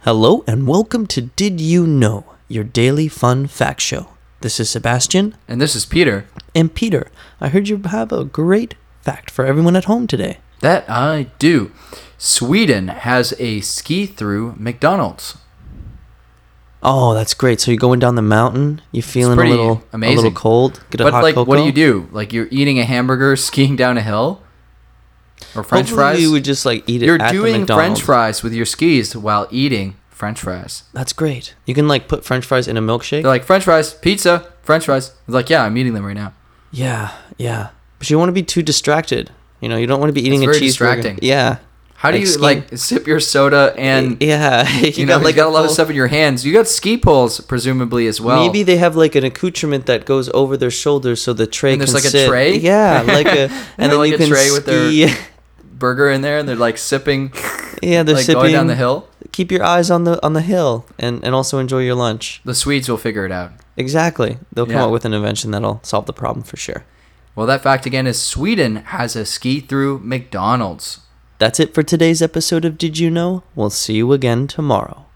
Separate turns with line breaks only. Hello and welcome to Did You Know, your daily fun fact show. This is Sebastian
And this is Peter.
and Peter. I heard you have a great fact for everyone at home today.
That I do. Sweden has a ski through McDonald's.
Oh, that's great. So you're going down the mountain, you're feeling a
pretty
little a little
amazing.
cold, get a
but
hot
like
cocoa.
what do you do? Like you're eating a hamburger, skiing down a hill? Or french
Hopefully
fries?
You would just like eat it
you're
at the
doing
McDonald's.
french fries with your skis while eating french fries.
That's great. You can like put french fries in a milkshake.
They're like french fries, pizza, french fries. It's like, yeah, I'm eating them right now.
yeah, yeah. But you don't want to be too distracted. You know, you don't want to be eating
It's
a
very
cheeseburger.
distracting.
Yeah.
How do
Like
you
skiing.
like sip your soda and
yeah. you,
you, know, you got a lot of
full-
stuff in your hands. You got ski poles presumably as well.
Maybe they have like an accoutrement that goes over their shoulders so the tray
And there's,
can
like, a
sit.
tray?
Yeah, like a and,
And
then
like
you
a
can
tray
ski.
with their- burger in there and they're like sipping
yeah, they're
like
sipping.
going down the hill.
Keep your eyes on the on the hill and and also enjoy your lunch.
The Swedes will figure it out.
Exactly. They'll come
Yeah.
up with an invention that'll solve the problem for sure.
Well, that fact again is Sweden has a ski through McDonald's.
That's it for today's episode of Did You Know? We'll see you again tomorrow.